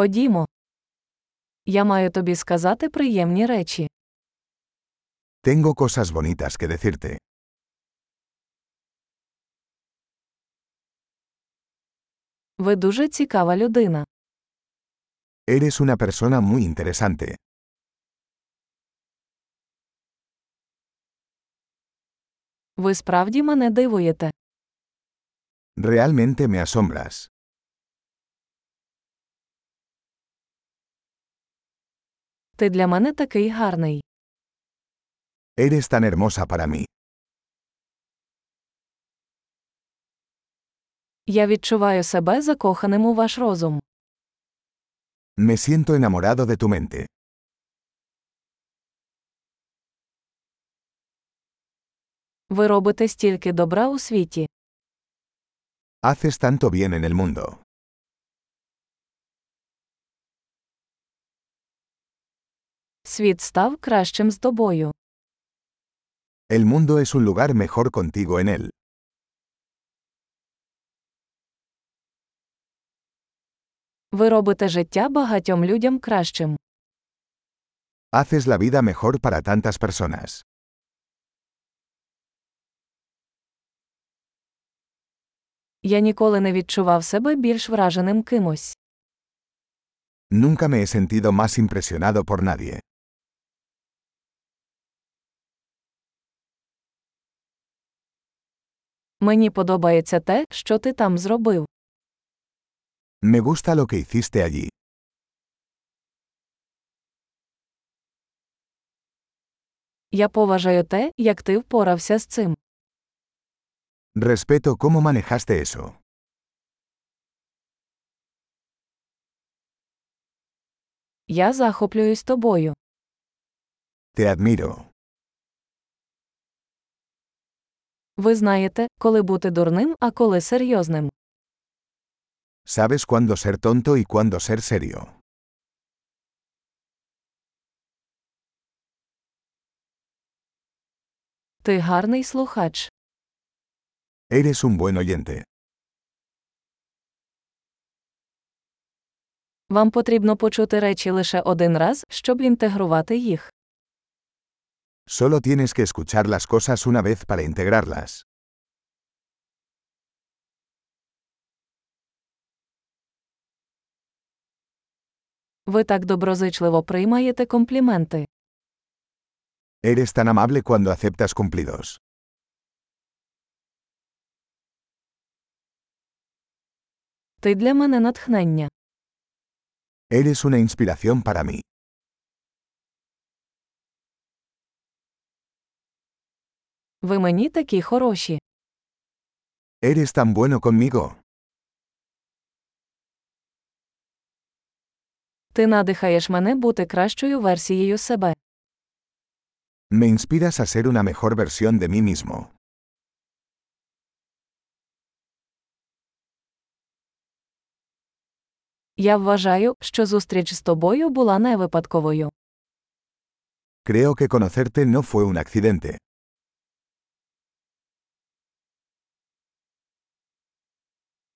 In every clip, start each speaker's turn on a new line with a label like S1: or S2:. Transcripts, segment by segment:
S1: Ходімо. Я маю тобі сказати приємні речі.
S2: Tengo cosas bonitas que decirte.
S1: Ви дуже цікава людина.
S2: Eres una persona muy interesante.
S1: Ви справді мене дивуєте.
S2: Realmente me asombras.
S1: Ти для мене такий гарний.
S2: Eres tan hermosa para mí.
S1: Я відчуваю себе закоханим у ваш розум.
S2: Me siento enamorado de tu mente.
S1: Ви робите стільки добра у світі.
S2: Haces tanto bien en el mundo.
S1: Світ став кращим з тобою.
S2: El mundo es un lugar mejor contigo en él.
S1: Ви робите життя багатьом людям кращим.
S2: Haces la vida mejor para tantas personas.
S1: Я ніколи не відчував себе більш враженим кимось.
S2: Nunca me he sentido más impresionado por nadie.
S1: Мені подобається те, що ти там зробив.
S2: Me gusta lo que hiciste allí.
S1: Я поважаю те, як ти впорався з цим.
S2: Respeto cómo manejaste eso.
S1: Я захоплююсь тобою.
S2: Te admiro.
S1: Ви знаєте, коли бути дурним, а коли серйозним.
S2: Sabes cuándo ser tonto y cuándo ser serio.
S1: Ти гарний слухач.
S2: Eres un buen oyente.
S1: Вам потрібно почути речі лише один раз, щоб інтегрувати їх.
S2: Solo tienes que escuchar las cosas una vez para integrarlas.
S1: Ви так доброзичливо приймаєте компліменти.
S2: Eres tan amable cuando aceptas cumplidos.
S1: Ти для мене натхнення.
S2: Eres una inspiración para mí.
S1: Ви мені такі хороші.
S2: Eres tan bueno conmigo.
S1: Ти надихаєш мене бути кращою версією себе.
S2: Me inspiras a ser una mejor versión de mí mismo.
S1: Я вважаю, що зустріч з тобою була не випадковою.
S2: Creo que conocerte no fue un accidente.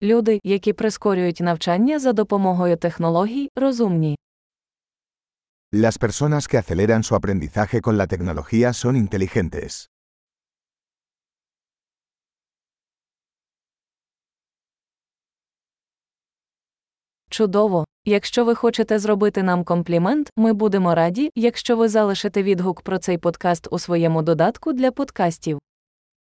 S1: Люди, які прискорюють навчання за допомогою технологій, розумні.
S2: Las personas que aceleran su aprendizaje con la tecnología son inteligentes.
S1: Чудово! Якщо ви хочете зробити нам комплімент, ми будемо раді, якщо ви залишите відгук про цей подкаст у своєму додатку для подкастів.